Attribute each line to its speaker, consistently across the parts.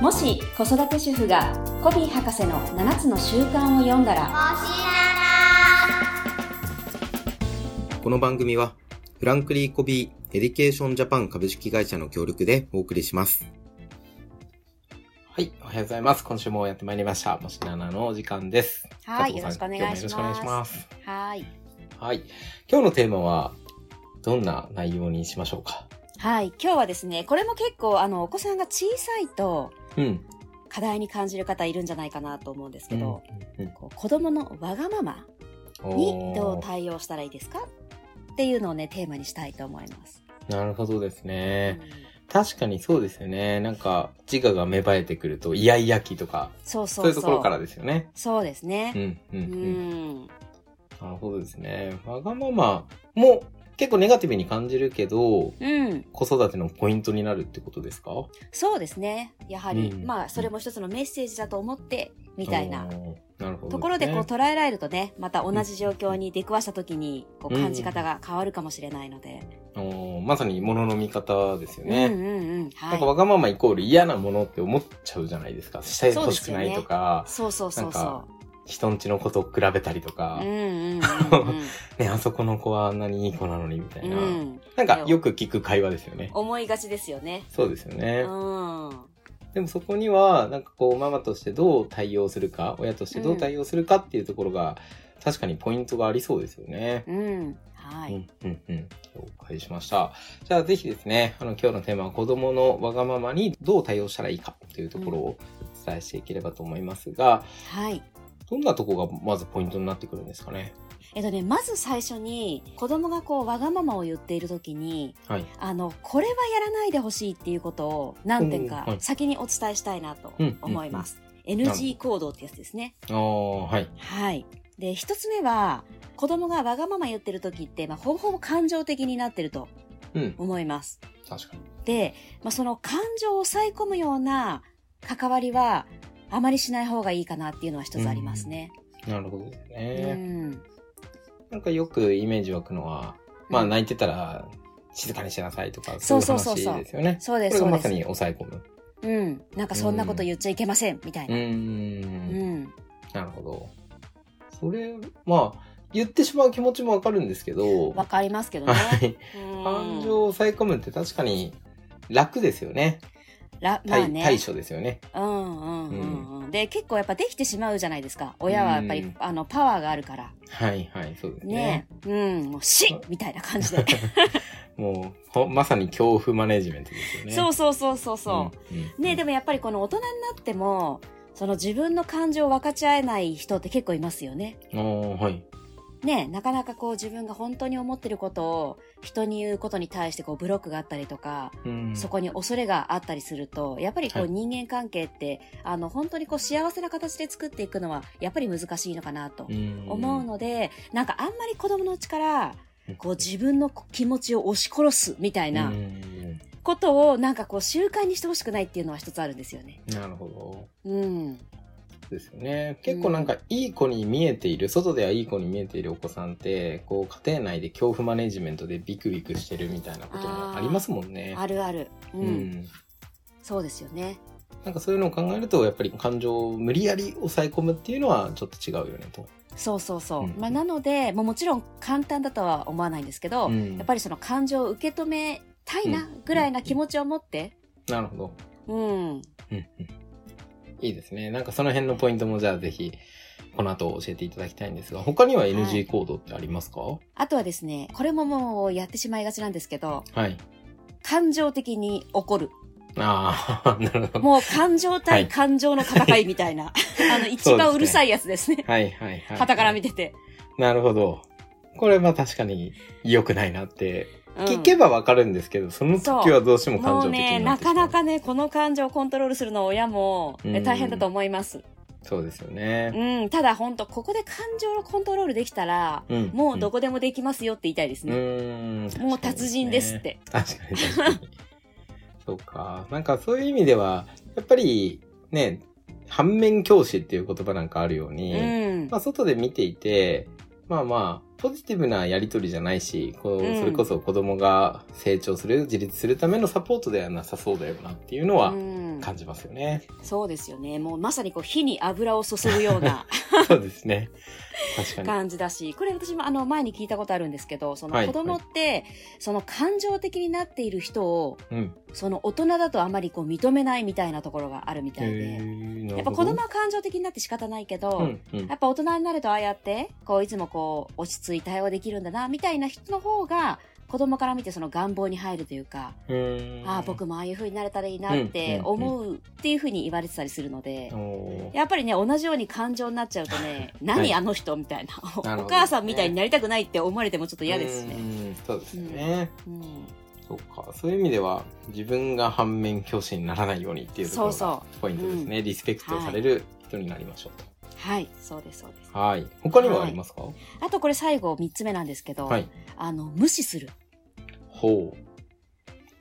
Speaker 1: もし子育て主婦がコビー博士の7つの習慣を読んだら
Speaker 2: この番組は、フランクリー・コビー・エディケーション・ジャパン株式会社の協力でお送りします。
Speaker 3: はい、おはようございます。今週もやってまいりました。もしななのお時間です。
Speaker 1: はいよ
Speaker 3: 佐
Speaker 1: ろしくお
Speaker 3: 藤さん
Speaker 1: 願
Speaker 3: 今
Speaker 1: い
Speaker 3: 日
Speaker 1: しま
Speaker 3: もよろし
Speaker 1: す
Speaker 3: くお願いします。
Speaker 1: はい
Speaker 3: はい、今日のテーマはどんな内容にしましょうか。
Speaker 1: はい今日はですねこれも結構あのお子さんが小さいと
Speaker 3: うん、
Speaker 1: 課題に感じる方いるんじゃないかなと思うんですけど、
Speaker 3: うんうん
Speaker 1: こう子供のわがまま
Speaker 3: うん
Speaker 1: にどう
Speaker 3: おー
Speaker 1: 対応したらいいですかっていうのをねテーマにしたいと思います。
Speaker 3: なるほどですね。
Speaker 1: うん
Speaker 3: 確かにそうですよね。なんか自我が芽生えてくるとイヤイヤ期とか
Speaker 1: そうそ
Speaker 3: そ
Speaker 1: うう
Speaker 3: いうところからですよね。
Speaker 1: そうです
Speaker 3: う
Speaker 1: ね。
Speaker 3: んうんう。
Speaker 1: うんん、
Speaker 3: なるほどですね。わがままも結構ネガティブに感じるけど
Speaker 1: うん、
Speaker 3: 子育てのポイントになるってことですか
Speaker 1: そうですね。やはり、
Speaker 3: うん
Speaker 1: まあそれも一つのメッセージだと思ってみたいな
Speaker 3: おーなるほどすね
Speaker 1: ところでこう捉えられるとね、また同じ状況に出くわした時にこう
Speaker 3: うん
Speaker 1: 感じ方が変わるかもしれないので。
Speaker 3: おーまさにものの見方ですよね。
Speaker 1: うんうんうん、
Speaker 3: なんか
Speaker 1: は
Speaker 3: わがままイコール嫌なものって思っちゃうじゃないですか。して欲しくないとか
Speaker 1: い。、そうそうそうそ
Speaker 3: 人んちのことを比べたりと
Speaker 1: う。
Speaker 3: か
Speaker 1: うん、うん
Speaker 3: ね、あそこの子はあんなにいい子なのにみた
Speaker 1: うんう
Speaker 3: い
Speaker 1: ん、
Speaker 3: な。
Speaker 1: うん、
Speaker 3: なんかよく聞く会話ですよね。
Speaker 1: 思いがちですよね。
Speaker 3: そうですよ
Speaker 1: う
Speaker 3: ね。
Speaker 1: ん、
Speaker 3: でもそこには、なんかこう、ママとしてどう対応するか、親としてどう対応するかっていうところが、確かにポイントがありそうですよね。
Speaker 1: うん、は
Speaker 3: う
Speaker 1: い、
Speaker 3: んうんうん。了解しました。じゃあぜひですね、あの今日のテーマは子供のわがままにどう対応したらいいかというところをお伝えしていければと思いますが、
Speaker 1: はい。
Speaker 3: どんなとこがまずポイントになってくるんですかね。
Speaker 1: えっとね、まず最初に子供がこうわがままを言っている時に、
Speaker 3: はい。
Speaker 1: あのこれはやらないでほしいっていうことを何点か
Speaker 3: おーはい
Speaker 1: 先にお伝えしたいなと思います。
Speaker 3: ん
Speaker 1: NG 行動ってやつですね。
Speaker 3: ああ、はい。
Speaker 1: はい。で、一つ目は、子供がわがまま言ってる時って、まあ、ほぼほぼ感情的になってると
Speaker 3: うん。
Speaker 1: 思います。
Speaker 3: 確かに。
Speaker 1: で、まあ、その感情を抑え込むような関わりは、あまりしない方がいいかなっていうのは一つありますね。
Speaker 3: なるほどです
Speaker 1: う
Speaker 3: ね。
Speaker 1: ん。
Speaker 3: なんかよくイメージ湧くのは、まあ
Speaker 1: うん
Speaker 3: 泣いてたら静かにしなさいとか、
Speaker 1: そ
Speaker 3: そうう
Speaker 1: そう
Speaker 3: い
Speaker 1: そう
Speaker 3: う
Speaker 1: そう
Speaker 3: 話ですよね。
Speaker 1: そう
Speaker 3: こ
Speaker 1: で
Speaker 3: れ
Speaker 1: す、
Speaker 3: が
Speaker 1: そう
Speaker 3: ま
Speaker 1: で
Speaker 3: さ
Speaker 1: す。
Speaker 3: に抑え込む。。
Speaker 1: うん。なんかそんなこと言っちゃいけません、みたいうな。うんん。
Speaker 3: なるほど。それ、まあ、言ってしまう気持ちもわかるんですけど、
Speaker 1: わかりますけどね。
Speaker 3: はい。
Speaker 1: うん
Speaker 3: 感情を抑え込むって確かに楽ですよね。
Speaker 1: らまあ
Speaker 3: 対
Speaker 1: ね。
Speaker 3: 対処ですよね。
Speaker 1: うんうんうんうん。で、結構やっぱできてしまうじゃないですか。親はやっぱり、
Speaker 3: うん
Speaker 1: あの、パワーがあるから。
Speaker 3: はいはい、そうですね
Speaker 1: ね。うん、もう死みたいな感 じで。
Speaker 3: もうほ、まさに恐怖マネジメントですよね。
Speaker 1: そううそうそうそうそう。
Speaker 3: ん。うん
Speaker 1: ね、でもやっぱりこの大人になっても、その自分の感情を分かち合えない人って結構いますよね。
Speaker 3: あーはい。
Speaker 1: ね、なかなかこう自分が本当に思ってることを人に言うことに対してこうブロックがあったりとか、
Speaker 3: うん
Speaker 1: そこに恐れがあったりすると、やっぱりこう
Speaker 3: はい
Speaker 1: 人間関係って、あの本当にこう幸せな形で作っていくのはやっぱり難しいのかなと
Speaker 3: ん
Speaker 1: 思うので、なんかあんまり子供のうちから、
Speaker 3: うん
Speaker 1: こう自分の気持ちを押し殺すみたいな、
Speaker 3: うん
Speaker 1: ことをなんかこう習慣にしてほしくないっていうのは一つあるんですよね。
Speaker 3: なるほど。
Speaker 1: うん。
Speaker 3: ですよね。結構なんかいい子に見えている、外ではいい子に見えているお子さんって、こう家庭内で恐怖マネジメントでビクビクしてるみたいなこともありますもんね。
Speaker 1: あるある。うん。
Speaker 3: うん。
Speaker 1: そうですよね。
Speaker 3: なんかそういうのを考えると、やっぱり感情を無理やり抑え込むっていうのはちょっと違うよねと。
Speaker 1: そうそうそう。
Speaker 3: うん
Speaker 1: まあなので、もうもちろん簡単だとは思わないんですけど、
Speaker 3: うん
Speaker 1: やっぱりその感情を受け止めたいなぐらいな気持ちを持って、
Speaker 3: なるほど。
Speaker 1: うん。
Speaker 3: うんうんいいですね。なんかその辺のポイントもじゃあぜひ、この後教えていただきたいんですが、他には NG 行動ってありますかは
Speaker 1: あとはですね、これももうやってしまいがちなんですけど、
Speaker 3: い。
Speaker 1: 感情的に怒る。
Speaker 3: あ あ、なるほど。
Speaker 1: もう感情
Speaker 3: は
Speaker 1: 対
Speaker 3: い
Speaker 1: 感情の戦いみたい な。あの、一番うるさいやつですね。
Speaker 3: はいはいはい。
Speaker 1: 傍から見てて。
Speaker 3: なるほど。これは確かに良くないなって、
Speaker 1: うん
Speaker 3: 聞けばわかるんですけど、その時はどうしても感
Speaker 1: もう
Speaker 3: 情的
Speaker 1: ね、
Speaker 3: にな
Speaker 1: な
Speaker 3: ってしま
Speaker 1: か
Speaker 3: う
Speaker 1: なかね、この感情をコントロールするのは親もえ
Speaker 3: うん
Speaker 1: 大変だと思います。
Speaker 3: そうですよね。
Speaker 1: うん、ただ本当ここで感情をコントロールできたら、
Speaker 3: うん
Speaker 1: もうどこでもできますよって言いたいです
Speaker 3: う
Speaker 1: ね。
Speaker 3: ーん
Speaker 1: もう達人ですって。
Speaker 3: 確かに確かに。そうか。なんかそういう意味では、やっぱりね、反面教師っていう言葉なんかあるよう
Speaker 1: う
Speaker 3: に、
Speaker 1: ん
Speaker 3: ま。あ、外で見ていて、まあまあ、ポジティブなやりとりじゃないし、こう
Speaker 1: うん
Speaker 3: それこそ子供が成長する、自立するためのサポートではなさそうだよなっていうのは、
Speaker 1: うん
Speaker 3: 感じます よね。
Speaker 1: そうですよね。もうまさにこう火に油を注ぐような
Speaker 3: そうですね。確かに。
Speaker 1: 感じだし、これ私もあの前に聞いたことあるんですけど、そ
Speaker 3: は
Speaker 1: の
Speaker 3: い
Speaker 1: 子供って、その感情的になっている人を、
Speaker 3: うん。
Speaker 1: その大人だとあまりこう認めないみたいなところがあるみたいで、
Speaker 3: や
Speaker 1: やっぱ子供は感情的になって仕方ないけど、
Speaker 3: うんうん
Speaker 1: やっぱ大人になるとああやって、こういつもこう落ち着いて対応できるんだな、みたいな人の方が、子供から見てその願望に入るというか、
Speaker 3: うん
Speaker 1: ああ、僕もああいう風になれたらいいなって思うっていう風に言われてたりするので、
Speaker 3: おー
Speaker 1: やっぱりね、同じように感情になっちゃうとね、何あの人みたいな
Speaker 3: どね
Speaker 1: お母さんみたいになりたくないって思われてもちょっと嫌ですし
Speaker 3: う
Speaker 1: ね。
Speaker 3: んそうですよね。
Speaker 1: うん
Speaker 3: そっか。そういう意味では、自分が反面教師にならないようにっていうところ
Speaker 1: そう
Speaker 3: が
Speaker 1: そ
Speaker 3: ポイントですね。リスペクトされる人になりましょうと。
Speaker 1: はい、そうです、そうです。
Speaker 3: はい。他にはありますか
Speaker 1: あとこれ最後3つ目なんですけど、
Speaker 3: はい。
Speaker 1: あの、無視する。
Speaker 3: ほ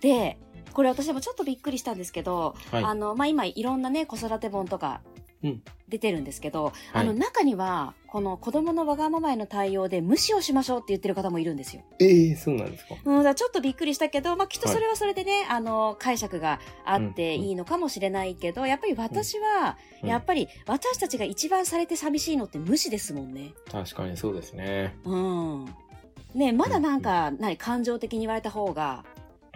Speaker 1: で、これ私もちょっとびっくりしたんですけど、
Speaker 3: う。はい。
Speaker 1: あの、まあ、今いろんなね、子育て本とか
Speaker 3: うん
Speaker 1: 出てるんですけど、
Speaker 3: は
Speaker 1: あの
Speaker 3: い、
Speaker 1: 中には、この子供のわがままへの対応で無視をしましょうって言ってる方もいるんですよ。
Speaker 3: ええ、そうなんですか。
Speaker 1: うん、だからちょっとびっくりしたけど、まあ、きっとそれはそれでね、あの、解釈があって
Speaker 3: うん
Speaker 1: いいのかもしれないけど、やっぱり私は、
Speaker 3: うん
Speaker 1: やっぱり私たちが一番されて寂しいのって無視ですもんね。
Speaker 3: 確かにそうですね。
Speaker 1: うん。ねまだなんか、何、感情的に言われた方が、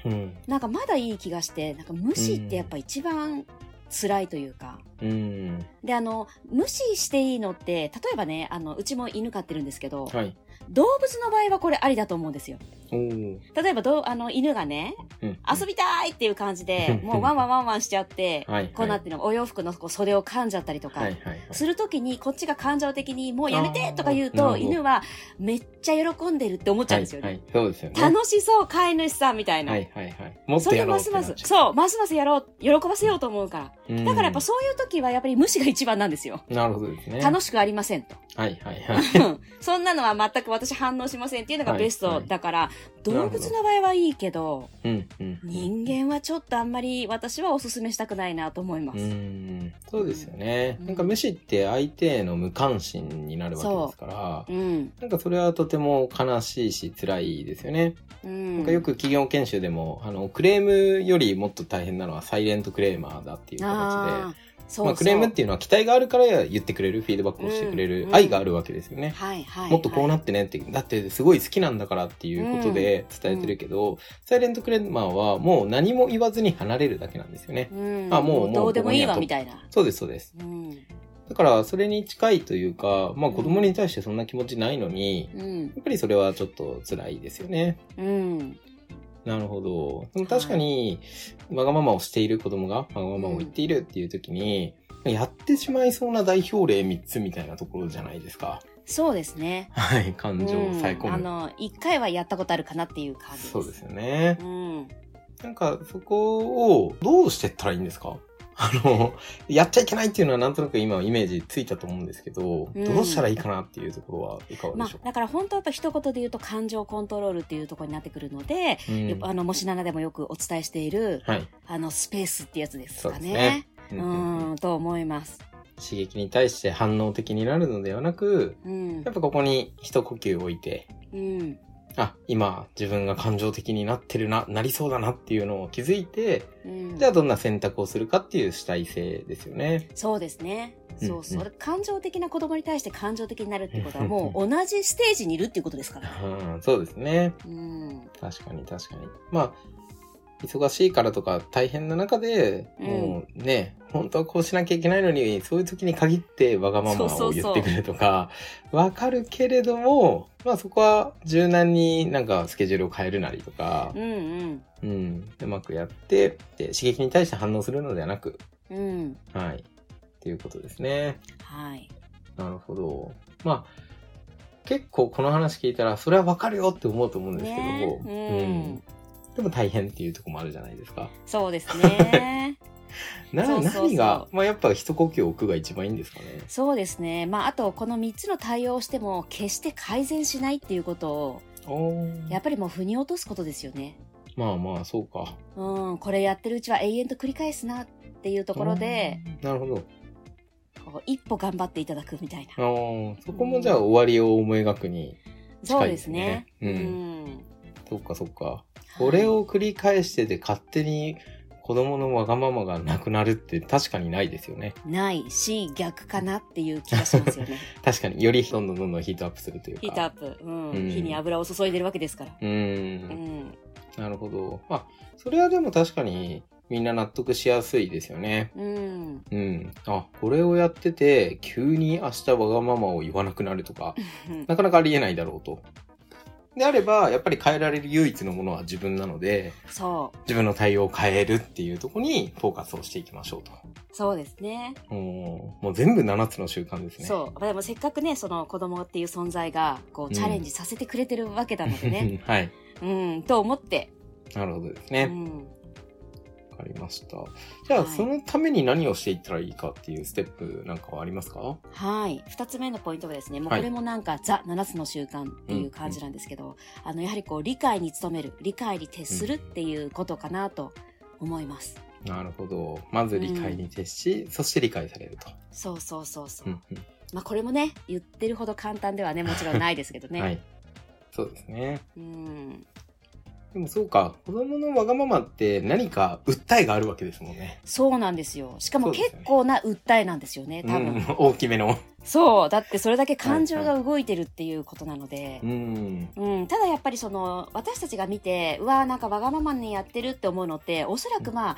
Speaker 3: うん。
Speaker 1: なんかまだいい気がして、なんか無視ってやっぱ一番辛いというか。
Speaker 3: うん。
Speaker 1: で、あの、無視していいのって、例えばね、あの、うちも犬飼ってるんですけど、
Speaker 3: はい。
Speaker 1: 動物の場合はこれありだと思うんですよ。
Speaker 3: おー
Speaker 1: 例えばどう、あの、犬がね、
Speaker 3: うん。
Speaker 1: 遊びたいっていう感じで、
Speaker 3: うん
Speaker 1: もうワンワンワンワンしちゃって、
Speaker 3: はい。
Speaker 1: こうなってるの、お洋服のこう袖を噛んじゃったりとか、
Speaker 3: はいはいはい。
Speaker 1: するときに、こっちが感情的に、もうやめ
Speaker 3: あ
Speaker 1: て
Speaker 3: ー
Speaker 1: とか言う
Speaker 3: なるほ
Speaker 1: と、
Speaker 3: ど
Speaker 1: 犬はめっちゃ喜んでるって思っちゃうんですよね。
Speaker 3: はいはい、そうですよね。
Speaker 1: 楽しそう、飼い主さんみたいな。
Speaker 3: はいはいはい。もっ
Speaker 1: そ
Speaker 3: と
Speaker 1: れ
Speaker 3: や
Speaker 1: を
Speaker 3: ろう
Speaker 1: ま
Speaker 3: っ
Speaker 1: す
Speaker 3: て
Speaker 1: ま
Speaker 3: なっ
Speaker 1: す、
Speaker 3: ちゃ
Speaker 1: そう、ますますやろう、喜ばせようと思うから。
Speaker 3: う。うん
Speaker 1: だからやっぱそういう時はやっぱり無視が一番なんですよ。
Speaker 3: なるほどですね。
Speaker 1: 楽しくありませんと。
Speaker 3: はいはいは い。
Speaker 1: うんそんなのは全く私反応しませんっていうのが
Speaker 3: はい
Speaker 1: ベストだから、
Speaker 3: なる
Speaker 1: 動
Speaker 3: ほど
Speaker 1: 物の場合はいいけど、
Speaker 3: うんうん。
Speaker 1: 人間はちょっとあんまり私はおすすめしたくないなと思いま
Speaker 3: う
Speaker 1: す。
Speaker 3: ん。そうですよね。
Speaker 1: うん
Speaker 3: なんか無視って相手への無関心になるわけですから
Speaker 1: う、ん。
Speaker 3: なんかそれはとても悲しいし辛いですよね。
Speaker 1: うん。
Speaker 3: なんかよく企業研修でも、あの、クレームよりもっと大変なのはサイレントクレーマーだっていう形で
Speaker 1: あ、ーそうそう、
Speaker 3: まあクレームっていうのは期待があるから言ってくれる、フィードバックをしてくれ
Speaker 1: うん
Speaker 3: る
Speaker 1: うん
Speaker 3: 愛があるわけですよね。
Speaker 1: はいはい。
Speaker 3: もっとこうなってねって、だってすごい好きなんだからっていうことで伝えてるけど、サイレントクレーマーはもう何も言わずに離れるだけなんですよね。
Speaker 1: うん、
Speaker 3: あもう
Speaker 1: もうどうでもいいわ
Speaker 3: もう
Speaker 1: みたいな。
Speaker 3: そうです、そうです。
Speaker 1: うん。
Speaker 3: だからそれに近いというか、まあ子供に対してそんな気持ちないのに、
Speaker 1: うん。
Speaker 3: やっぱりそれはちょっと辛いですよね。
Speaker 1: うん。
Speaker 3: なるほど。でも確かに、わがままをしている子供がわがままを言っているっていう時に、やってしまいそうな代表例3つみたいなところじゃないですか。
Speaker 1: そうですね。
Speaker 3: はい、感情を抑え込
Speaker 1: うんあ
Speaker 3: む。
Speaker 1: の、一回はやったことあるかなっていう感じです。
Speaker 3: そうですよね。
Speaker 1: うん。
Speaker 3: なんか、そこをどうしてったらいいんですか あの、やっちゃいけないっていうのはなんとなく今イメージついたと思うんですけど、
Speaker 1: うん
Speaker 3: どうしたらいいかなっていうところはいかが
Speaker 1: ま
Speaker 3: で
Speaker 1: あ
Speaker 3: しょう、か、
Speaker 1: だから本当はやっぱ一言で言うと感情コントロールっていうところになってくるので、
Speaker 3: うん
Speaker 1: やっぱあの、もしななでもよくお伝えしている、
Speaker 3: はい。
Speaker 1: あの、スペースってやつですか
Speaker 3: そうです
Speaker 1: ね
Speaker 3: ね。
Speaker 1: う
Speaker 3: うんうんうん
Speaker 1: ん、と思います。
Speaker 3: 刺激に対して反応的になるのではなく、
Speaker 1: うん
Speaker 3: やっ。ぱここに一呼吸置いて、
Speaker 1: うん。
Speaker 3: あ、今自分が感情的になってるな、なりそうだなっていうのを気づいて、
Speaker 1: うん
Speaker 3: じゃあどんな選択をするかっていう主体性ですよね。
Speaker 1: そうですね。そうそう。
Speaker 3: うん
Speaker 1: 感情的な子供に対して感情的になるってことはもう同じステージにいるっていうことですから。
Speaker 3: うん、そうですね。
Speaker 1: うん。
Speaker 3: 確かに確かにまあ忙しいからとか大変な中で、
Speaker 1: うん
Speaker 3: もうね本当はこうしなきゃいけないのにそういう時に限ってわがまま
Speaker 1: そ
Speaker 3: を
Speaker 1: うそう
Speaker 3: 言
Speaker 1: そう
Speaker 3: ってくるとかわかるけれどもまあそこは柔軟になんかスケジュールを変えるなりとか
Speaker 1: う、ん
Speaker 3: うん、うまくやってで刺激に対して反応するのではなく
Speaker 1: うん。うん。
Speaker 3: はいっていうことですね。
Speaker 1: はい。
Speaker 3: なるほどまあ結構この話聞いたらそれはわかるよって思うと思うんですけども、
Speaker 1: ねうん。
Speaker 3: でも大変っていうところもあるじゃないですか。
Speaker 1: そうです ね。
Speaker 3: な
Speaker 1: そうそうそう
Speaker 3: 何が、まあ、やっぱ一呼吸置くが一番いいんですかね。
Speaker 1: そうですね。まあ、あと、この3つの対応をしても、決して改善しないっていうことを、やっぱりもう腑に落とすことですよね。
Speaker 3: まあまあ、そうか。
Speaker 1: うん、これやってるうちは永遠と繰り返すなっていうところで、
Speaker 3: うん。なるほど。
Speaker 1: こう一歩頑張っていただくみたいな。
Speaker 3: ああ、そこもじゃあ終わりを思い描くに、
Speaker 1: そうですね。
Speaker 3: 近いですね
Speaker 1: うん
Speaker 3: そっかそっか。これを繰り返してて勝手に子供のわがままがなくなるって確かにないですよね。
Speaker 1: ないし、逆かなっていう気がしますよ ね。
Speaker 3: 確かによりどんどんどんどんヒートアップするというか。
Speaker 1: ヒートアップ。うん。
Speaker 3: うん
Speaker 1: 火に油を注いでるわけですから。
Speaker 3: う。
Speaker 1: うんん。
Speaker 3: なるほど。まあ、それはでも確かにみんな納得しやすいですよね。
Speaker 1: うん。
Speaker 3: うん。あ、これをやってて、急に明日わがままを言わなくなるとか、なかなかありえないだろうと。であれば、やっぱり変えられる唯一のものは自分なので、
Speaker 1: そう。
Speaker 3: 自分の対応を変えるっていうところにフォーカスをしていきましょうと。
Speaker 1: そうですね。
Speaker 3: もうもう全部7つの習慣ですね。
Speaker 1: そう。まあでもせっかくね、その子供っていう存在が、こ
Speaker 3: ん。
Speaker 1: う、チャレンジさせてくれてるわけなので ね。
Speaker 3: はい。
Speaker 1: うん、と思って。
Speaker 3: なるほどです
Speaker 1: う
Speaker 3: ね。
Speaker 1: ん。
Speaker 3: わかりました。じゃあ、
Speaker 1: はい
Speaker 3: そのために何をしていったらいいかっていうステップなんかはありますか
Speaker 1: はい。二つ目のポイントがですね、もう
Speaker 3: はい
Speaker 1: これもなんか、ザ・七つの習慣っていう感じなんですけど、あの、やはりこう、理解に努める、理解に徹するっていうことかなと思います。
Speaker 3: なるほど。まず理解に徹し、そして理解されると。
Speaker 1: そうそうそうそうう。
Speaker 3: んうん
Speaker 1: まあ、これもね、言ってるほど簡単ではね、もちろんないですけどね。
Speaker 3: はい。そうですね。
Speaker 1: うん。
Speaker 3: でもそうか、子供のわがままって何か訴えがあるわけですもんね。
Speaker 1: そうなんですよ。しか
Speaker 3: そ
Speaker 1: も
Speaker 3: うです
Speaker 1: 結
Speaker 3: よね
Speaker 1: 構な訴えなんですよね、
Speaker 3: う
Speaker 1: 多分。
Speaker 3: ん、大きめの。
Speaker 1: そう。だってそれだけ感情が動いてるっていうことなので
Speaker 3: う。ん。
Speaker 1: うん、ただやっぱりその私たちが見てうわーなんかわがままにやってるって思うのっておそらくまあ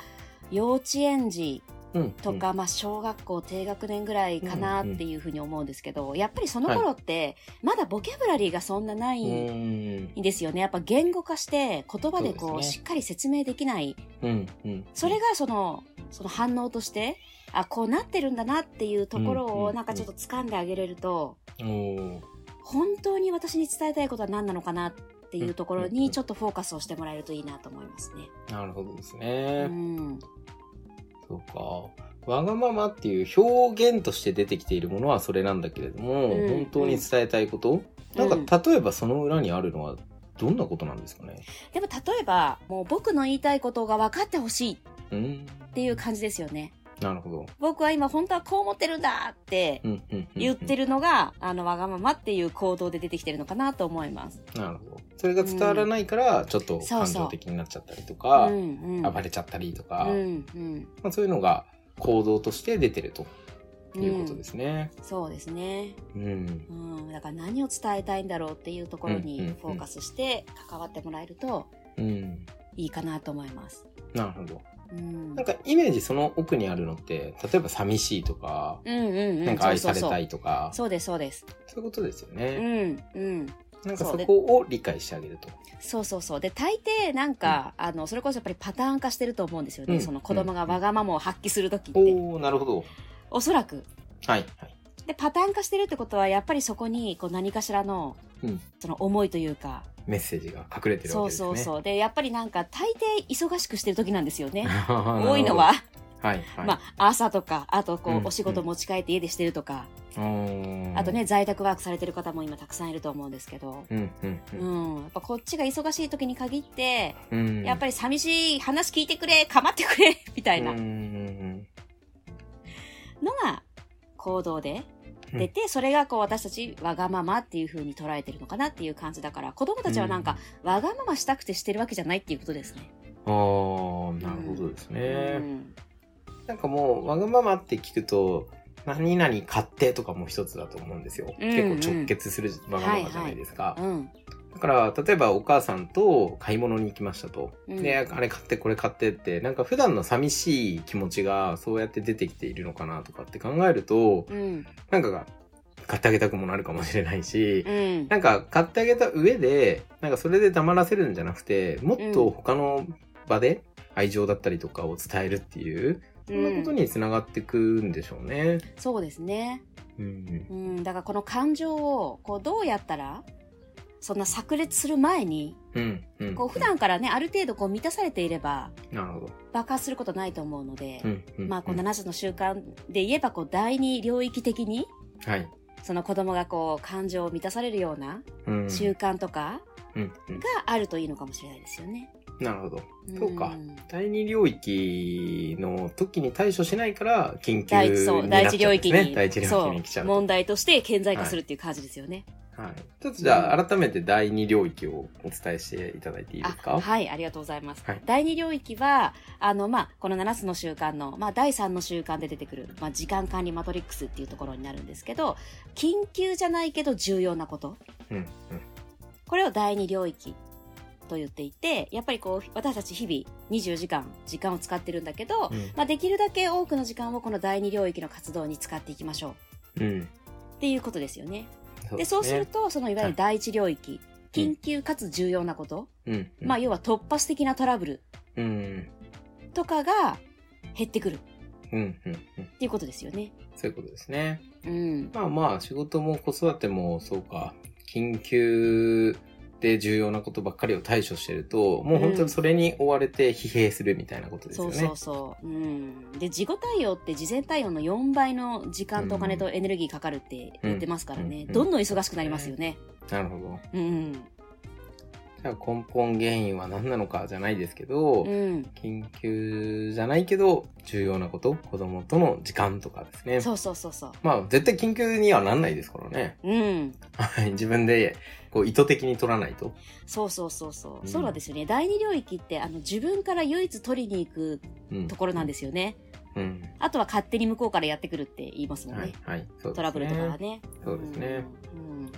Speaker 1: 幼稚園児
Speaker 3: うん。
Speaker 1: とか、まあ小学校低学年ぐらいかなっていうふうに思うんですけど、やっぱりその頃ってまだボキャブラリーがそんなな
Speaker 3: う
Speaker 1: いん
Speaker 3: ん。
Speaker 1: ですよね。やっぱ言語化して言葉で
Speaker 3: そ
Speaker 1: こ
Speaker 3: う
Speaker 1: う
Speaker 3: ですね
Speaker 1: しっかり説明できない。
Speaker 3: うん。うん。
Speaker 1: それがそのその反応としてあこうなってるんだなっていうところ
Speaker 3: うんうんう
Speaker 1: を
Speaker 3: ん
Speaker 1: なんかちょっと掴んであげれると
Speaker 3: おー
Speaker 1: 本当に私に伝えたいことは何なのかなっていうところにちょっとフォーカスをしてもらえるといいなと思いますね。
Speaker 3: なるほどです
Speaker 1: う
Speaker 3: ね。
Speaker 1: ん、
Speaker 3: そうか。わがままっていう表現として出てきているものはそれなんだけれども、
Speaker 1: うん
Speaker 3: 本当に伝えたいこと、
Speaker 1: うん
Speaker 3: なんか例えばその裏にあるのはどんなことなんですかね
Speaker 1: でも例えばもう僕の言いたいことが分かってほしいっ
Speaker 3: うん。
Speaker 1: ていう感じですよね。
Speaker 3: なるほど。
Speaker 1: 僕は今本当はこう思ってるんだって
Speaker 3: うんうんうん、
Speaker 1: 言って
Speaker 3: る。
Speaker 1: るのが、あのわがままっていう行動で出てきてるのかなと思います。
Speaker 3: なるほど。それが伝わらないから、ちょっと
Speaker 1: そう
Speaker 3: 感
Speaker 1: そう
Speaker 3: 情的になっちゃったりと
Speaker 1: う
Speaker 3: か、
Speaker 1: んうん、
Speaker 3: 暴れちゃったりとか、
Speaker 1: うんうん、
Speaker 3: まあ、そういうのが行動として出てるということですすね。
Speaker 1: うんそうですね。
Speaker 3: うん。
Speaker 1: うん、だから何を伝えたいんだろうっていうところ
Speaker 3: うんうん
Speaker 1: に
Speaker 3: うん
Speaker 1: フォーカスして関わってもらえると
Speaker 3: うん。
Speaker 1: いいかなと思います。
Speaker 3: なるほど。
Speaker 1: うん
Speaker 3: なんかイメージその奥にあるのって、例えば寂しいとか、
Speaker 1: うんうんうん、
Speaker 3: なんか愛され
Speaker 1: そう
Speaker 3: た
Speaker 1: そう
Speaker 3: いとか、
Speaker 1: そうそうですそうです。
Speaker 3: そういうことですよ
Speaker 1: う
Speaker 3: ね。
Speaker 1: んうん。
Speaker 3: なんか
Speaker 1: そ
Speaker 3: そう
Speaker 1: で
Speaker 3: こを理解してあげると。
Speaker 1: そうそうそう。で、大抵なんか、あの、それこそやっぱりパターン化してると思うんですよね。
Speaker 3: うん
Speaker 1: その子供がわがままを発揮するときって、
Speaker 3: おおなるほど。
Speaker 1: おそらく。
Speaker 3: はい。はい。
Speaker 1: で、パターン化してるってことは、やっぱりそこに、こう何かしらの、
Speaker 3: うん
Speaker 1: その思いというか、
Speaker 3: メッセージが隠れてる
Speaker 1: そ
Speaker 3: わ
Speaker 1: う
Speaker 3: けですね。
Speaker 1: そう
Speaker 3: う。
Speaker 1: そう。で、やっぱりなんか、大抵忙しくしてる時なんですよね。
Speaker 3: 多
Speaker 1: 多いのは、
Speaker 3: はい、はい。
Speaker 1: まあ、朝とか、あとこう、
Speaker 3: うん
Speaker 1: お仕事持ち帰って家でしてるとか、
Speaker 3: うーん
Speaker 1: あとね、。在宅ワークされてる方も今たくさんいると思うんですけど、
Speaker 3: うんうん
Speaker 1: う
Speaker 3: う
Speaker 1: ん、
Speaker 3: ん
Speaker 1: やっぱこっちが忙しい時に限って、
Speaker 3: うん。
Speaker 1: やっぱ
Speaker 3: り
Speaker 1: り寂しい話聞いてくれ構ってくれ みたいな
Speaker 3: う
Speaker 1: の
Speaker 3: ん
Speaker 1: が行動で出て、それがこう私たちわがままっていう風に捉えてるのかなっていう感じだから子供たちはなんか、わがまましたくてしてるわけじゃないっていうことですね。
Speaker 3: あーなるほどです
Speaker 1: う
Speaker 3: ね。
Speaker 1: ん
Speaker 3: なんかもう、わがままって聞くと、何々買ってとかも一つだと思うんですよ。
Speaker 1: うん
Speaker 3: 結構直結するわがままじゃないですか
Speaker 1: う。ん
Speaker 3: だから、例えばお母さんと買い物に行きましたと。
Speaker 1: うん
Speaker 3: で、あれ買ってこれ買ってって、なんか普段の寂しい気持ちがそうやって出てきているのかなとかって考えると、
Speaker 1: うん
Speaker 3: なんかが買ってあげたくもなるかもしれないし、
Speaker 1: うん
Speaker 3: なんか買ってあげた上で、なんかそれで黙らせるんじゃなくて、もっと他の場で愛情だったりとかを伝えるっていう、そんなことにつながってくんでしょうね。
Speaker 1: そうですね、
Speaker 3: うん。
Speaker 1: うん、だからこの感情をこうどうやったらそんな炸裂する前に
Speaker 3: うん。うん。
Speaker 1: こう普段からねある程度こう満たされていれば
Speaker 3: なるほど。
Speaker 1: 爆発することないと思うので、
Speaker 3: うん。うん
Speaker 1: まあ、この7つの習慣で言えばこう第二領域的に
Speaker 3: はい。
Speaker 1: その子供がこう感情を満たされるような
Speaker 3: うん。
Speaker 1: 習慣とか
Speaker 3: うん。うん
Speaker 1: があるといいのかもしれないですよね。
Speaker 3: なるほど。そうか
Speaker 1: ん
Speaker 3: 第二領域の時に対処しないから緊急
Speaker 1: 第一
Speaker 3: に
Speaker 1: そう
Speaker 3: なっ
Speaker 1: 第
Speaker 3: ち
Speaker 1: 一
Speaker 3: ゃ
Speaker 1: 領
Speaker 3: うんです
Speaker 1: 域
Speaker 3: ね。
Speaker 1: に
Speaker 3: 第一領域に来ち
Speaker 1: そ
Speaker 3: ゃ
Speaker 1: う
Speaker 3: うと。
Speaker 1: 問題として顕在化するっていう感じですよね。
Speaker 3: はい、ちょっとじゃあ改めて第二領域をお伝えしていただいていいです
Speaker 1: あ
Speaker 3: か
Speaker 1: はい、ありがとうございます。
Speaker 3: はい
Speaker 1: 第二領域は、あの、まあ、この7つの習慣の、まあ、第3の習慣で出てくる、まあ、時間管理マトリックスっていうところになるんですけど、緊急じゃないけど重要なこと。
Speaker 3: うんうん
Speaker 1: これを第二領域と言っていて、やっぱりこう、私たち日々24時間、時間を使ってるんだけど、まあ、できるだけ多くの時間をこの第二領域の活動に使っていきましょう。
Speaker 3: うんうん
Speaker 1: っていうことですよね。
Speaker 3: で
Speaker 1: で、そうする
Speaker 3: ね
Speaker 1: と、そのいわゆる第一領域、緊急かつ重要なこと、
Speaker 3: うん
Speaker 1: まあ、要は突発的なトラブル
Speaker 3: うん
Speaker 1: とかが減ってくる
Speaker 3: うんうんうん
Speaker 1: っていうことですよね。
Speaker 3: そういうことですね
Speaker 1: うん。
Speaker 3: まあまあ仕事も子育てもそうか緊急で重要なことばっかりを対処してるともう本当にそれに追われて疲弊するみたいなことですよ
Speaker 1: そ
Speaker 3: ね
Speaker 1: うそうそう。うん。で、事後対応って事前対応の4倍の時間とお金とエネルギーかかるって言ってますからね。
Speaker 3: うん
Speaker 1: どんどん忙しくなりますよね。
Speaker 3: なるほど
Speaker 1: うん。
Speaker 3: じゃあ根本原因は何なのかじゃないですけど、
Speaker 1: うん。
Speaker 3: 緊急じゃないけど重要なこと子供との時間とかですね
Speaker 1: そうそうそうそう。
Speaker 3: まあ絶対緊急にはなんないですからね
Speaker 1: うん。
Speaker 3: はい自分でこう意図的に取らないと
Speaker 1: そうそうそうそう。
Speaker 3: うん
Speaker 1: そうなんですよね。第二領域って、あの、自分から唯一取りに行く
Speaker 3: うん
Speaker 1: ところなんですよね。
Speaker 3: うん
Speaker 1: あとは勝手に向こうからやってくるって言いますもんね。
Speaker 3: はいはいそうですね
Speaker 1: トラブルとかはね。
Speaker 3: そうですね
Speaker 1: うん。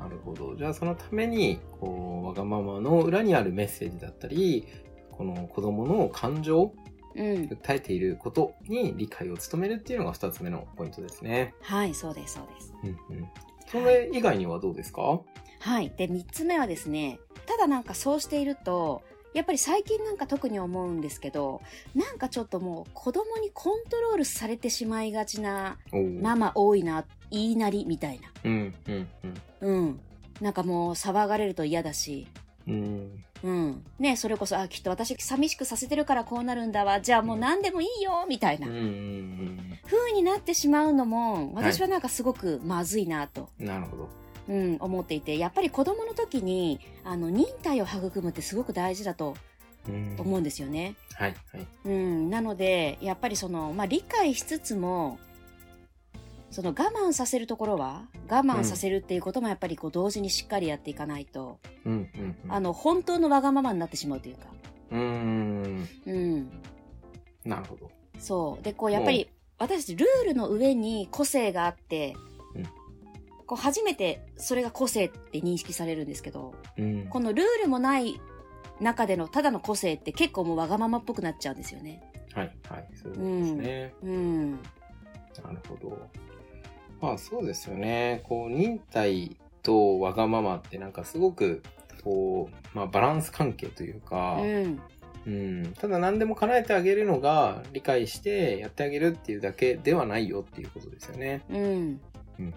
Speaker 3: なるほどじゃあそのためにこうわがままの裏にあるメッセージだったりこの子供の感情
Speaker 1: うん。うん
Speaker 3: 訴えていることに理解を務めるっていうのが2つ目のポイントですね。
Speaker 1: はい、そうです、そうです。
Speaker 3: うんうん、それ以外にはどうですか、
Speaker 1: はい。で、三つ目はですね、ただなんかそうしていると、やっぱり最近なんか特に思うんですけど、なんかちょっともう子供にコントロールされてしまいがちな、
Speaker 3: おー
Speaker 1: ママ多いな、言いなりみたいな。
Speaker 3: うんうんうん
Speaker 1: うん。なんかもう騒がれると嫌だし、
Speaker 3: うん
Speaker 1: うん。ね、それこそ、あ、きっと私寂しくさせてるからこうなるんだわ。じゃあもう何でもいいよ、みたいな
Speaker 3: うんうんうん
Speaker 1: 風になってしまうのも、私はなんかすごくまずいなと、
Speaker 3: なるほど。
Speaker 1: うん、思っていて、やっぱり子供の時に、あの、忍耐を育むってすごく大事だと
Speaker 3: うん
Speaker 1: 思うんですよね。
Speaker 3: はいはい。
Speaker 1: うん。なので、やっぱりその、まあ、理解しつつも、その我慢させるところは、我慢させるっていうこともやっぱりこう同時にしっかりやっていかないと、
Speaker 3: うんうんうん。
Speaker 1: あの、本当のわがままになってしまうというか、
Speaker 3: うーん
Speaker 1: うん。
Speaker 3: なるほど。
Speaker 1: そう。で、こう、やっぱり、私たちルールの上に個性があって、
Speaker 3: うん
Speaker 1: こう、初めてそれが個性って認識されるんですけど、
Speaker 3: うん
Speaker 1: このルールもない中でのただの個性って結構もうわがままっぽくなっちゃうんですよね。
Speaker 3: はいはいそういうことですね。
Speaker 1: うん。
Speaker 3: なるほど。まあそうですよね。こう忍耐とわがままってなんかすごくこうまあバランス関係という
Speaker 1: う
Speaker 3: か、
Speaker 1: ん。
Speaker 3: うん、ただ何でも叶えてあげるのが理解してやってあげるっていうだけではないよっていうことですよね。
Speaker 1: うん。
Speaker 3: うんうん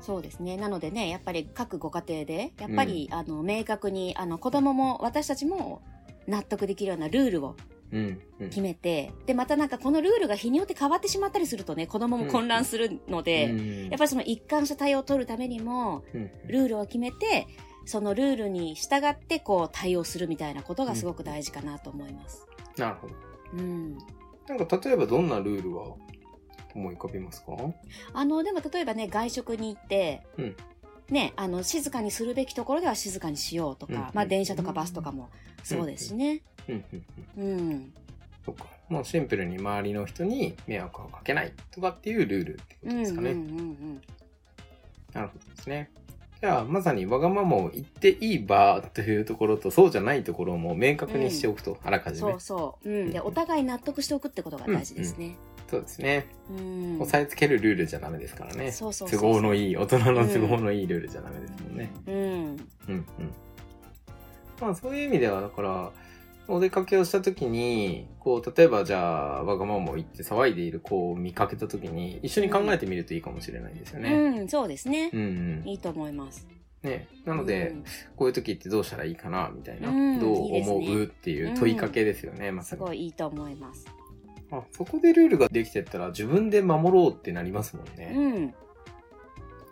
Speaker 1: そうですね。なのでね、やっぱり各ご家庭で、やっぱり、あの、明確に、あの、子供も私たちも納得できるようなルールを
Speaker 3: うんうんうん
Speaker 1: 決めて、で、またなんかこのルールが日によって変わってしまったりするとね、子供も混乱するので、
Speaker 3: うん
Speaker 1: やっぱりその一貫した対応を取るためにも、
Speaker 3: うん
Speaker 1: ルールを決めて、そのルールに従ってこう対応するみたいなことがすごく大事かなと思います。
Speaker 3: なるほど。
Speaker 1: うん。
Speaker 3: なんか例えばどんなルールは思い浮かびますか
Speaker 1: あの、でも例えばね、外食に行って、
Speaker 3: うん
Speaker 1: ね、あの、静かにするべきところでは静かにしようとか、
Speaker 3: うん
Speaker 1: まあ電車とかバスとかもそうですしね。
Speaker 3: うんうんうん。
Speaker 1: うん。
Speaker 3: そっか。もうシンプルに周りの人に迷惑をかけないとかっていうルールってこ
Speaker 1: うんう
Speaker 3: と
Speaker 1: ん
Speaker 3: で
Speaker 1: う
Speaker 3: す
Speaker 1: ん
Speaker 3: か
Speaker 1: う
Speaker 3: ね。
Speaker 1: ん。
Speaker 3: なるほどですね。じゃあ、まさにわがままを言っていい場というところと、そうじゃないところも明確にしておくと、あらかじめ。
Speaker 1: そ
Speaker 3: そ
Speaker 1: う
Speaker 3: う
Speaker 1: そう。うん。で、お互い納得しておくってことが大事ですね。
Speaker 3: ですね。
Speaker 1: うん。
Speaker 3: 押さえつけるルールじゃダメですからね。
Speaker 1: そうそうそ
Speaker 3: 都
Speaker 1: う
Speaker 3: 合のいい、大人の都合のいいルールじゃダメですもんね。
Speaker 1: うん。
Speaker 3: うんうん。まあ、そういう意味では、だから、お出かけをした時に、こう、例えばじゃあ、わがままを言って騒いでいる子を見かけた時に、一緒に考えてみるといいかもしれないですよね。
Speaker 1: うん、そうですね
Speaker 3: う。ん、うん。
Speaker 1: いいと思います。
Speaker 3: ね。なので、
Speaker 1: うん
Speaker 3: こういう時ってどうしたらいいかなみたいな、
Speaker 1: うん
Speaker 3: どう
Speaker 1: いいですね
Speaker 3: 思うっていう問いかけですよね、ますさに
Speaker 1: ごいいいと思います。
Speaker 3: あそこでルールができてったら自分で守ろうってなりますもん
Speaker 1: う
Speaker 3: ね。
Speaker 1: ん。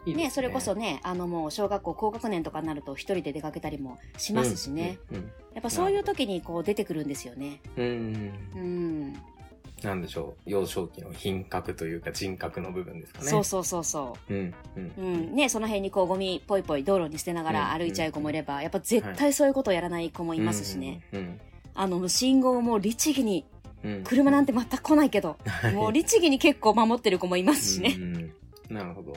Speaker 3: いいです
Speaker 1: ね、それこそね、あのもう小学校高学年とかになると一人で出かけたりもしますしね。。
Speaker 3: うんうん
Speaker 1: やっぱそういう時にこう出てくるんですよね。
Speaker 3: うんうん
Speaker 1: うん。
Speaker 3: なんでしょう、幼少期の品格というか人格の部分ですかね。
Speaker 1: そうそうそうそう。
Speaker 3: うん、うん。
Speaker 1: うんね、その辺にこうゴミぽいぽい道路に捨てながら
Speaker 3: うん
Speaker 1: 歩いちゃう子もいれば、やっぱ絶対そういうことをやらない子もいますしね、
Speaker 3: うん。
Speaker 1: あのもう信号も律儀に
Speaker 3: うん。うん。
Speaker 1: 車なんて全く来ないけど、
Speaker 3: はい、
Speaker 1: もう律儀に結構守ってる子もいますしね、
Speaker 3: うんうん。なるほど。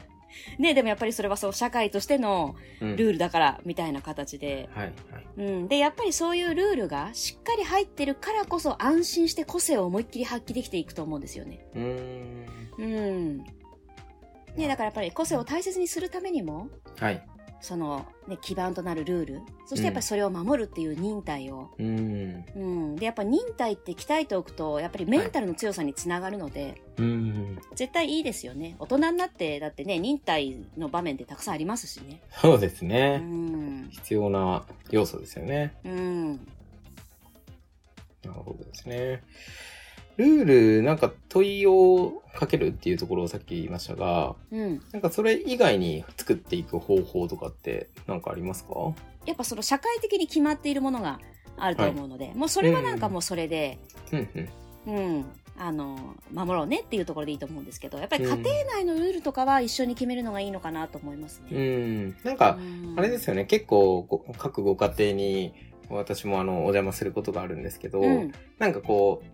Speaker 1: ねでもやっぱりそれはそう社会としての
Speaker 3: うん
Speaker 1: ルールだからみたいな形で、
Speaker 3: はい、はい。
Speaker 1: うん、でやっぱりそういうルールがしっかり入ってるからこそ安心して個性を思いっきり発揮できていくと思うんですよね。
Speaker 3: うーん。
Speaker 1: うんね、だからやっぱり個性を大切にするためにも
Speaker 3: はい。
Speaker 1: その、ね、基盤となるルールそしてやっぱりそれを守るっていう忍耐を、
Speaker 3: うーん。
Speaker 1: うんでやっぱ忍耐って鍛えておくとやっぱりメンタルの強さにつながるので、
Speaker 3: うん。
Speaker 1: 絶対いいですよね大人になってだってね忍耐の場面ってたくさんありますしね
Speaker 3: そうです
Speaker 1: う
Speaker 3: ね。
Speaker 1: ん、
Speaker 3: 必要な要素ですよね。
Speaker 1: うん、
Speaker 3: なるほどですね。ルール、なんか問いをかけるっていうところをさっき言いましたが、
Speaker 1: うん
Speaker 3: なんかそれ以外に作っていく方法とかってなんかありますか
Speaker 1: やっぱその社会的に決まっているものがあると思うので、もうそれはなんかもうそれで、
Speaker 3: うんうん。
Speaker 1: うん、あの守ろうねっていうところでいいと思うんですけどやっぱり
Speaker 3: うん
Speaker 1: 家庭内のルールとかは一緒に決めるのがいいのかなと思います
Speaker 3: う
Speaker 1: ね。
Speaker 3: ん。なんか、あれですよね、結構ご各ご家庭に私もあのお邪魔することがあるんですけど、
Speaker 1: うん、
Speaker 3: なんかこう、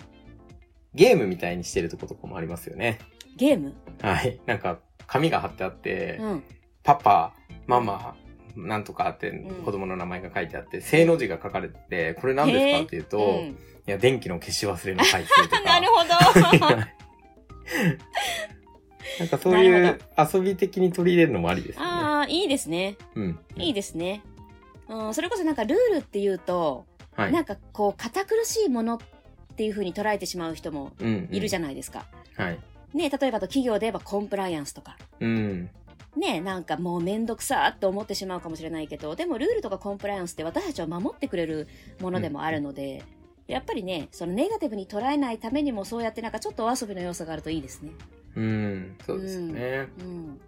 Speaker 3: ゲームみたいにしてるとことかもありますよね。
Speaker 1: ゲーム、
Speaker 3: はい。なんか紙が貼ってあって、
Speaker 1: うん、
Speaker 3: パパ、ママ、なんとかって子供の名前が書いてあって、正の字が書かれてて、これ何ですかっていうと、
Speaker 1: うん
Speaker 3: いや、電気の消し忘れの回数とか。
Speaker 1: なる ほど
Speaker 3: なんかそうい
Speaker 1: な
Speaker 3: う遊び的に取り入れるのもありですよね。
Speaker 1: ああいいですね
Speaker 3: うん。
Speaker 1: いい
Speaker 3: で
Speaker 1: ですね、うん、それこそなんかルールっていうと、
Speaker 3: す。はい。
Speaker 1: なんかこう堅苦しいものっていうふうに捉えてしまう人も
Speaker 3: うん、
Speaker 1: いるじゃ
Speaker 3: ん。
Speaker 1: ないですか、
Speaker 3: はい。
Speaker 1: ね例えばあと企業で言えばコンプライアンスとか
Speaker 3: うん。
Speaker 1: ねなんかもうめんどくさーって思ってしまうかもしれないけどでもルールとかコンプライアンスって私たちを守ってくれるものでもあるので、やっぱりねそのネガティブに捉えないためにもそうやってなんかちょっとお遊びの要素があるといいですね
Speaker 3: うん。そうですよね。
Speaker 1: うん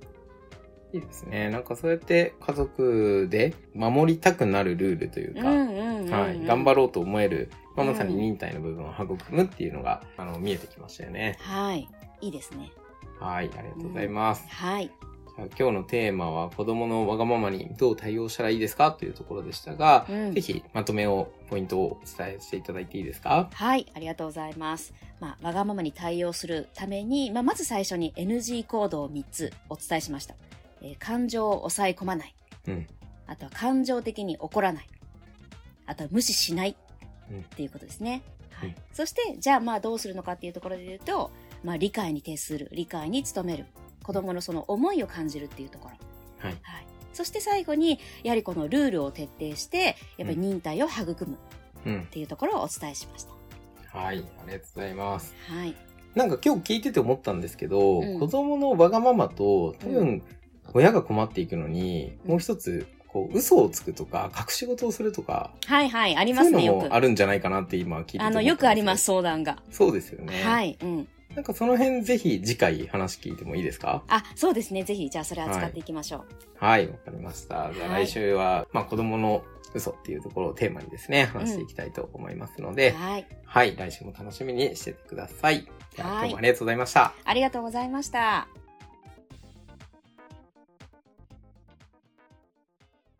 Speaker 3: いいですね。なんかそうやって家族で守りたくなるルールという
Speaker 1: うん
Speaker 3: か、
Speaker 1: うんうん、うん、
Speaker 3: はい。頑張
Speaker 1: ろ
Speaker 3: ろうと思える、まあ、
Speaker 1: うん
Speaker 3: まさに忍耐の部分を育むっていうのが、あの、見えてきましたよね。
Speaker 1: うはいいいですね
Speaker 3: はい。ありがとうございます。
Speaker 1: はい
Speaker 3: じゃあ今日のテーマは子供のわがままにどう対応したらいいですかというところでしたが、
Speaker 1: うん
Speaker 3: ぜひまとめを、ポイントをお伝えしていただいていいですか
Speaker 1: はい、ありがとうございます。まあ、わがままに対応するために、まあ、まず最初に NG 行動を3つお伝えしました。えー感情を抑え込まない。
Speaker 3: うん。
Speaker 1: あとは感情的に怒らない。あとは無視しない。
Speaker 3: うん
Speaker 1: っていうことですね。は
Speaker 3: うん
Speaker 1: い。そして、じゃあまあどうするのかっていうところで言うと、まあ理解に徹する。理解に努める。子供のその思いを感じるっていうところ。
Speaker 3: はい。
Speaker 1: はい。そして最後に、やはりこのルールを徹底して、やっぱり忍耐を育むっ
Speaker 3: うん。
Speaker 1: ていうところをお伝えしました。
Speaker 3: はい。ありがとうございます。
Speaker 1: はい。
Speaker 3: なんか今日聞いてて思ったんですけど、
Speaker 1: うん
Speaker 3: 子供のわがままと、多分、親が困っていくのに、
Speaker 1: うん
Speaker 3: もう一つ、こう、嘘をつくとか、隠し事をするとか、
Speaker 1: はいはい、あり
Speaker 3: そ
Speaker 1: ます
Speaker 3: ういうの
Speaker 1: ね、よく。
Speaker 3: もあるんじゃないかなって今聞いてて思
Speaker 1: あ
Speaker 3: った
Speaker 1: の、
Speaker 3: んです
Speaker 1: よくあります、。相談が。
Speaker 3: そうですよね。
Speaker 1: はい、うん。
Speaker 3: なんかその辺ぜひ次回話聞いてもいいですか
Speaker 1: あ、そうですね、ぜひ、じゃあそれ扱っていきましょう。
Speaker 3: はい、わかりました。じゃあ
Speaker 1: はい
Speaker 3: 来週は、まあ子供の嘘っていうところをテーマにですね、話していきたいと思いますので、
Speaker 1: はい、
Speaker 3: はい、来週も楽しみにしててください。じゃあ
Speaker 1: はい
Speaker 3: 今日もありがとうございました。
Speaker 1: ありがとうございました。